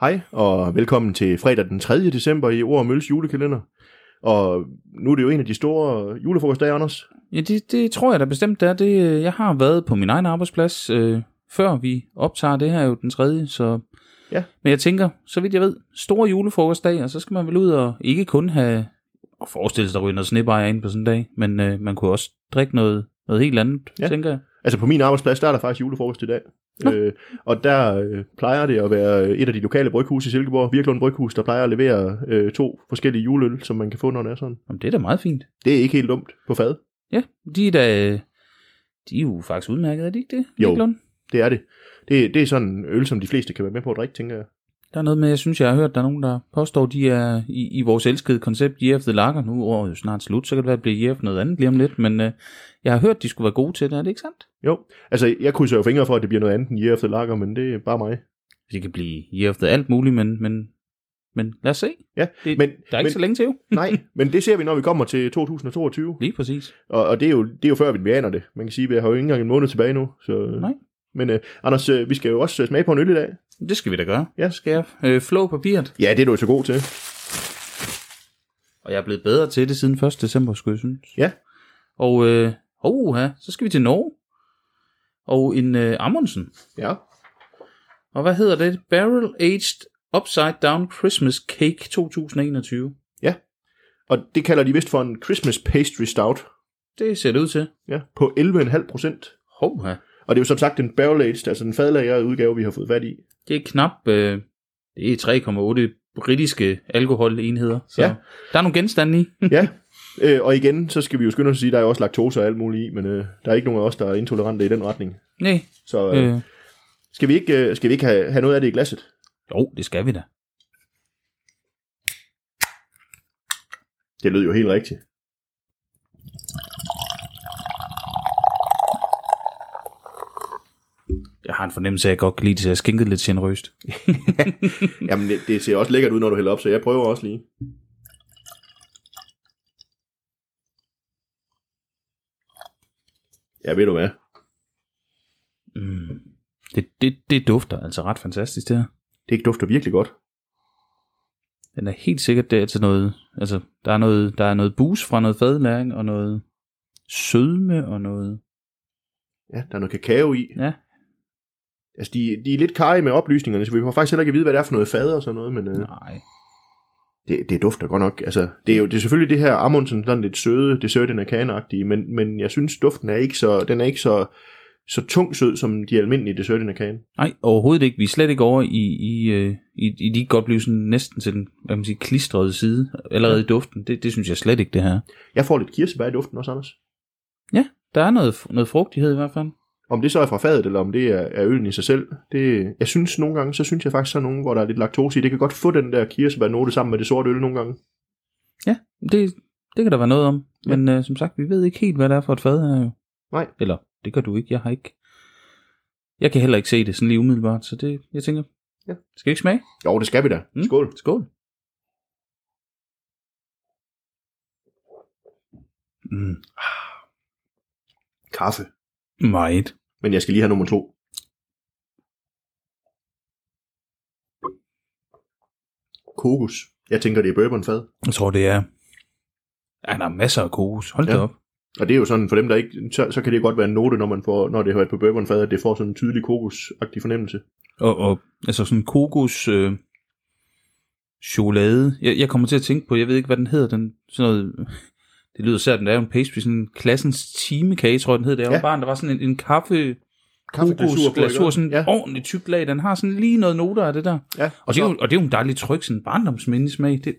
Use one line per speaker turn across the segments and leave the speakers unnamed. Hej og velkommen til fredag den 3. december i Ord og Mølles julekalender. Og nu er det jo en af de store julefrokostdage, Anders.
Ja, det, det tror jeg da bestemt, det er. Det, øh, jeg har været på min egen arbejdsplads, øh, før vi optager det her jo den tredje, så...
Ja.
Men jeg tænker, så vidt jeg ved, stor julefrokostdag, og så skal man vel ud og ikke kun have... Og forestille sig, at ryge noget snebajer ind på sådan en dag, men øh, man kunne også drikke noget, noget helt andet,
Ja.
ja. tænker jeg.
Altså på min arbejdsplads, der er der faktisk julefrokost i dag. Øh, og der øh, plejer det at være øh, et af de lokale bryghus i Silkeborg, Virklund Bryghus, der plejer at levere øh, to forskellige juleøl, som man kan få, når det er sådan.
Jamen, det er da meget fint.
Det er ikke helt dumt på fad.
Ja, de er da... øh, De er jo faktisk udmærket, er de ikke det?
Jo.
Niklund?
Det er det. det. Det er sådan en øl, som de fleste kan være med på at drikke, tænker jeg.
Der er noget med, jeg synes, jeg har hørt, der er nogen, der påstår, de er i, i vores elskede koncept Year of the Lager. Nu er året jo snart slut, så kan det være, at det bliver Year of noget andet lige om lidt, men øh, jeg har hørt, de skulle være gode til det, er det ikke sandt?
Jo, altså jeg krydser jo fingre for, at det bliver noget andet end Year After Lager, men det er bare mig.
Det kan blive Year of the alt muligt, men, men, men lad os se.
Ja,
det,
men-
der er ikke
men-
så længe til jo.
Nej, men det ser vi, når vi kommer til 2022.
Lige præcis.
Og, og det, er jo, det er jo før, vi aner det. Man kan sige, at vi har jo ikke engang en måned tilbage nu. Så...
Nej.
Men uh, Anders, øh, vi skal jo også øh, smage på en øl i dag.
Det skal vi da gøre.
Ja.
Skal jeg øh, flå papiret?
Ja, det er du jo så god til.
Og jeg er blevet bedre til det siden 1. december, skulle jeg synes.
Ja.
Og øh, oha, så skal vi til Norge. Og en øh, Amundsen.
Ja.
Og hvad hedder det? Barrel Aged Upside Down Christmas Cake 2021.
Og det kalder de vist for en Christmas Pastry Stout.
Det ser det ud til.
Ja, på 11,5 procent.
Hova.
Og det er jo som sagt den barrel-aged, altså den fadlagrede udgave, vi har fået fat i.
Det er knap... Øh, det er 3,8 britiske alkoholenheder. Så
Ja.
ja. der er nogle genstande i. Hm,
Ja, øh, og igen, så skal vi jo skynde os at sige, at der er jo også laktose og alt muligt i, men øh, der er ikke nogen af os, der er intolerante i den retning.
Nej.
Så øh,
Øh,
skal vi ikke, øh, skal vi ikke have, have noget af det i glasset?
jo, det skal vi da.
Det lød jo helt rigtigt.
Jeg har en fornemmelse af, at jeg godt kan lide det, så jeg skænkede lidt generøst.
Jamen, det, det ser også lækkert ud, når du hælder op, så jeg prøver også lige. Ja, ved du hvad?
Mm. Det, det, det dufter altså ret fantastisk, det her.
Det dufter virkelig godt.
Den er helt sikkert der til noget... Altså, der er noget, der er noget bus fra noget fadlæring, og noget sødme, og noget...
Ja, der er noget kakao i.
Ja,
Altså, de, de er lidt karige med oplysningerne, så vi får faktisk heller ikke at vide, hvad det er for noget fad og sådan noget, men øh,
nej.
det, det dufter godt nok. Altså, det er jo det er selvfølgelig det her Amundsen, sådan lidt søde, dessert den er kagenagtige, men, men jeg synes, duften er ikke så, den er ikke så, så tung sød, som de almindelige dessert den er kagen.
Nej, overhovedet ikke. Vi er slet ikke over i, i, øh, i, i de kan godt blive sådan næsten til den hvad kan man sige, klistrede side, allerede i duften. Det, det synes jeg slet ikke, det her.
Jeg får lidt kirsebær i duften også, Anders.
Ja, der er noget, noget frugtighed i hvert fald.
Om det så er fra fadet, eller om det er, er øllen i sig selv, det, jeg synes nogle gange, så synes jeg faktisk, så nogen, hvor der er lidt laktose i, det kan godt få den der kirsebærnote sammen med det sorte øl nogle gange.
Ja, det, det kan der være noget om.
Ja.
Men øh, som sagt, vi ved ikke helt, hvad det er for et fad her jo.
Nej.
Eller, det gør du ikke. Jeg har ikke... Jeg kan heller ikke se det sådan lige umiddelbart, så det, jeg tænker...
Ja.
Skal vi ikke smage?
Jo, det skal vi da. Mm.
Mm.
Skål.
Skål. Mm,
Kaffe.
meget.
Men jeg skal lige have nummer to. Kokos. Jeg tænker, det er bourbonfad.
Jeg tror, det er... Ja, der er masser af kokos. Hold ja.
Ja.
da op.
Og det er jo sådan, for dem, der ikke, så, så kan det godt være en note, når, man får, når det har været på bourbonfad, at det får sådan en tydelig kokosagtig fornemmelse.
Og, og altså sådan kokos... Øh, chokolade. Jeg, jeg kommer til at tænke på, jeg ved ikke, hvad den hedder. Den, sådan noget, det lyder sært, den er jo en pastry, sådan en klassens timekage, tror jeg, den hed. Der
Ja.
ja. barn, der var sådan en, en kaffe,
Kaffeglasur
kokos,
på,
glasur,
ikke?
sådan
Ja.
ja. ordentligt tyk lag. Den har sådan lige noget noter af det der.
Ja,
Og, det, er jo, og det er jo en dejlig tryk, sådan en barndomsmindesmag. Det, det,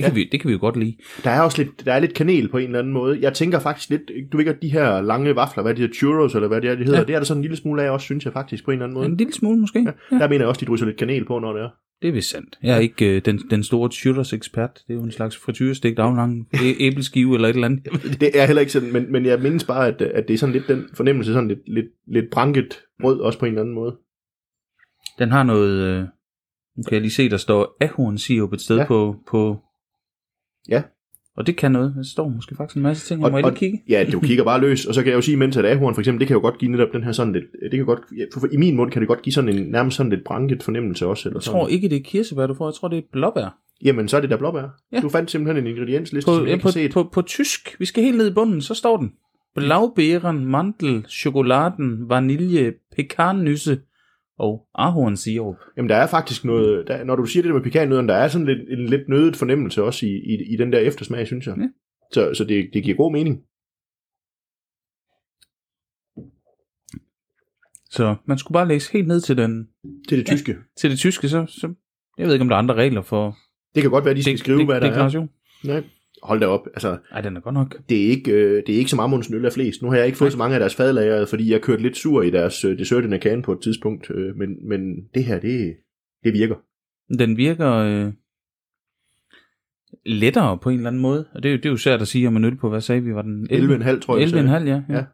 Ja.
kan vi, det kan vi jo godt lide.
Der er også lidt, der er lidt kanel på en eller anden måde. Jeg tænker faktisk lidt, du ved godt, de her lange vafler, hvad de hedder, churros, eller hvad det er, de hedder, ja.
Ja.
det er der sådan en lille smule af også, synes jeg faktisk, på en eller anden måde.
En lille smule måske. Ja.
Ja. Der mener jeg også, de drysser lidt kanel på, når det er.
Det er vist sandt. Jeg er ikke øh, den, den store shooters ekspert. Det er jo en slags frityrestigt aflang æ- æbleskive eller et eller andet.
Det er heller ikke sådan, men, men jeg mindes bare, at, at det er sådan lidt den fornemmelse, sådan lidt, lidt, lidt branket brød, også på en eller anden måde.
Den har noget... Øh, nu kan jeg lige se, der står ahornsirup et sted
Ja.
ja. på, på...
Ja.
Og det kan noget. Der står måske faktisk en masse ting, jeg
Og-
må
og-
ikke kigge.
Ja, du kigger bare løs, og så kan jeg jo sige, mens at ahorn for eksempel, det kan jo godt give netop den her sådan lidt, det kan godt, ja, for, for- i min mund kan det godt give sådan en, nærmest sådan lidt branket fornemmelse også. Eller
Jeg
sådan.
tror ikke, det er kirsebær, du får. Jeg tror, det er blåbær.
Jamen, så er det der blåbær.
Ja.
Ja. Du fandt simpelthen en ingrediensliste,
På,
som jeg
ja,
ikke
på,
har set.
på, på tysk, vi skal helt ned i bunden, så står den. Blaubeeren, mandel, chokoladen, vanilje, pekannysse og ahornsirup.
Jamen, der er faktisk noget, der, når du siger det der med pikannødderne, der er sådan lidt, en lidt nødet fornemmelse også i, i, i den der eftersmag, synes jeg.
Ja.
Så, så det, det giver god mening.
Så man skulle bare læse helt ned til, den,
Det er det tyske. Ja.
til det tyske, så, så jeg ved ikke, om der er andre regler for
Det kan godt være, de skal
dek-
skrive,
dek-
hvad der er.
deklaration.
Nej, hold da op. Altså,
Ej, den er godt nok.
det er ikke, øh, det er ikke som Amundsen øl er flest. Nu har jeg ikke fået
Nej.
så mange af deres fadlager, fordi jeg kørte lidt sur i deres øh, dessert in a can på et tidspunkt. Øh, men, men det her, det, det virker.
Den virker øh, lettere på en eller anden måde. Og det er, jo, det er jo svært at sige om en øl på, hvad sagde vi, var den
11,5 tror jeg. vi sagde.
11,5, ja. ja.
Ja.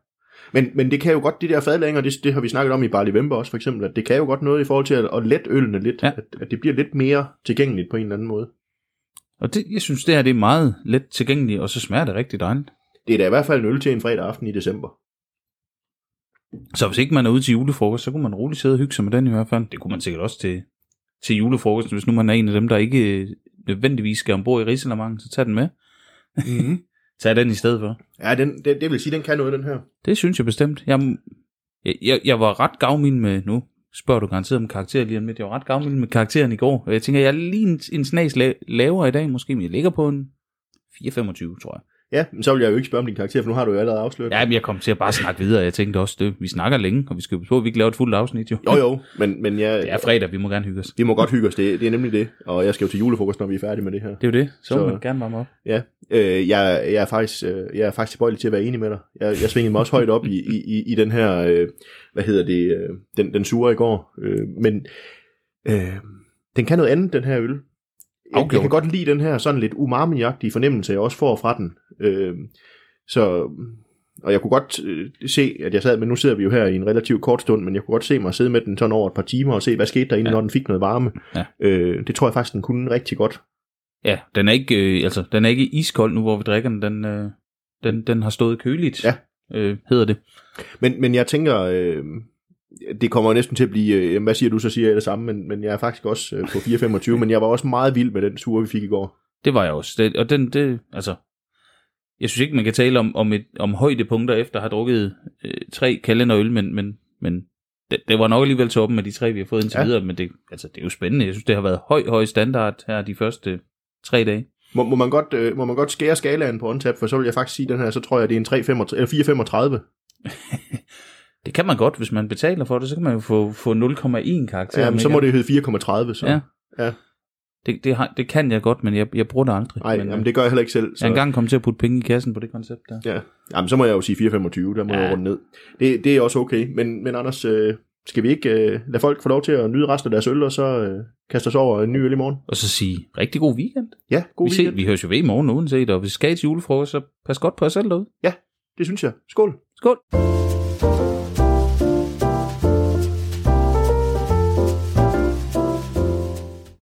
Men, men det kan jo godt, de der fadlænger, det, det har vi snakket om i Barley Vember også for eksempel, at det kan jo godt noget i forhold til at, at lette ølene lidt,
Ja.
ja. at, at det bliver lidt mere tilgængeligt på en eller anden måde.
Og det, jeg synes, det her det er meget let tilgængeligt, og så smager det rigtig dejligt.
Det er da i hvert fald en øl til en fredag aften i december.
Så hvis ikke man er ude til julefrokost, så kunne man roligt sidde og hygge sig med den i hvert fald. Det kunne man sikkert også til, til julefrokosten, hvis nu man er en af dem, der ikke øh, nødvendigvis skal ombord i Rigsalamangen, så tag den med.
Mm-hmm.
Tag den i stedet for.
Ja, den, det, det vil sige, den kan noget, den her.
Det synes jeg bestemt. Jeg, jeg, jeg, jeg var ret gavmild med, nu spørger du garanteret om karakterer lige om lidt, jeg var ret gavmild med karakteren i går. Jeg tænker, jeg er lige en, en snas la- lavere i dag måske, men jeg ligger på en 4,25, tror jeg.
Ja, men så vil jeg jo ikke spørge om din karakter, for nu har du jo allerede afsløret.
Ja, men jeg kom til at bare snakke videre. Jeg tænkte også, det, vi snakker længe, og vi skal jo passe på, at vi ikke laver et fuldt afsnit jo.
Jo jo, men, men jeg,
Det er fredag, vi må gerne hygge os.
vi må godt hygge os, det, det er nemlig det. Og jeg skal jo til julefrokost, når vi er færdige med det her.
Det er jo det. Så, så.
Så-
må man gerne varme op.
Ja, øh, jeg, jeg, er faktisk, øh, jeg er faktisk tilbøjelig til at være enig med dig. Jeg, jeg svingede mig også højt op i, i, i- i den her, øh, hvad hedder det, øh, den, den sure i går. Øh, men øh, den kan noget andet, den her øl. Jeg, jeg
Afgjort.
kan godt lide den her sådan lidt umami-agtige fornemmelse, jeg også får fra den. Øh, så, og jeg kunne godt øh, se, at jeg sad, men nu sidder vi jo her i en relativt kort stund, men jeg kunne godt se mig sidde med den sådan over et par timer og se, hvad skete der egentlig,
Ja.
ja. når den fik noget varme.
Ja.
Øh, det tror jeg faktisk, den kunne rigtig godt.
Ja, den er ikke, øh, altså, den er ikke iskold nu, hvor vi drikker den. Den, øh, den, den har stået køligt,
Ja.
øh, hedder det.
Men, men jeg tænker, øh, det kommer jo næsten til at blive, øh, jamen, hvad siger du, så siger jeg det samme, men, men jeg er faktisk også øh, på 4,25, men jeg var også meget vild med den tur, vi fik i går.
Det var jeg også. Det, og den, det, altså, jeg synes ikke, man kan tale om, om, et, om højdepunkter efter at have drukket øh, tre kalenderøl, men, men, men det, det, var nok alligevel toppen af de tre, vi har fået indtil ja.
Ja.
videre, men det, altså, det er jo spændende. Jeg synes, det har været høj, høj standard her de første tre dage.
Må, må, man godt, øh, må man godt skære skalaen på OnTap, for så vil jeg faktisk sige, den her, så tror jeg, det er en 3,35, eller 4,35.
Det kan man godt, hvis man betaler for det, så kan man jo få, få 0,1 karakter.
Ja, men så må det hedde 4,30. Så.
Ja.
Ja.
Det, det, har, det kan jeg godt, men jeg, jeg bruger det aldrig.
Nej,
men, øh,
jamen, det gør jeg heller ikke selv.
Jeg
Så,
er engang kommet til at putte penge i kassen på det koncept der.
ja. jamen, så må jeg jo sige 4,25, der må
Ja.
ja. jeg runde ned. Det, det er også okay, men, men Anders, øh, skal vi ikke øh, lade folk få lov til at nyde resten af deres øl, og så øh, kaste os over en ny øl i morgen?
Og så sige, rigtig god weekend.
Ja, god
vi,
weekend.
Se, vi høres jo ved i morgen uanset, og hvis I skal til julefrokost, så pas godt på jer selv derude.
Det synes jeg. Skål.
Skål!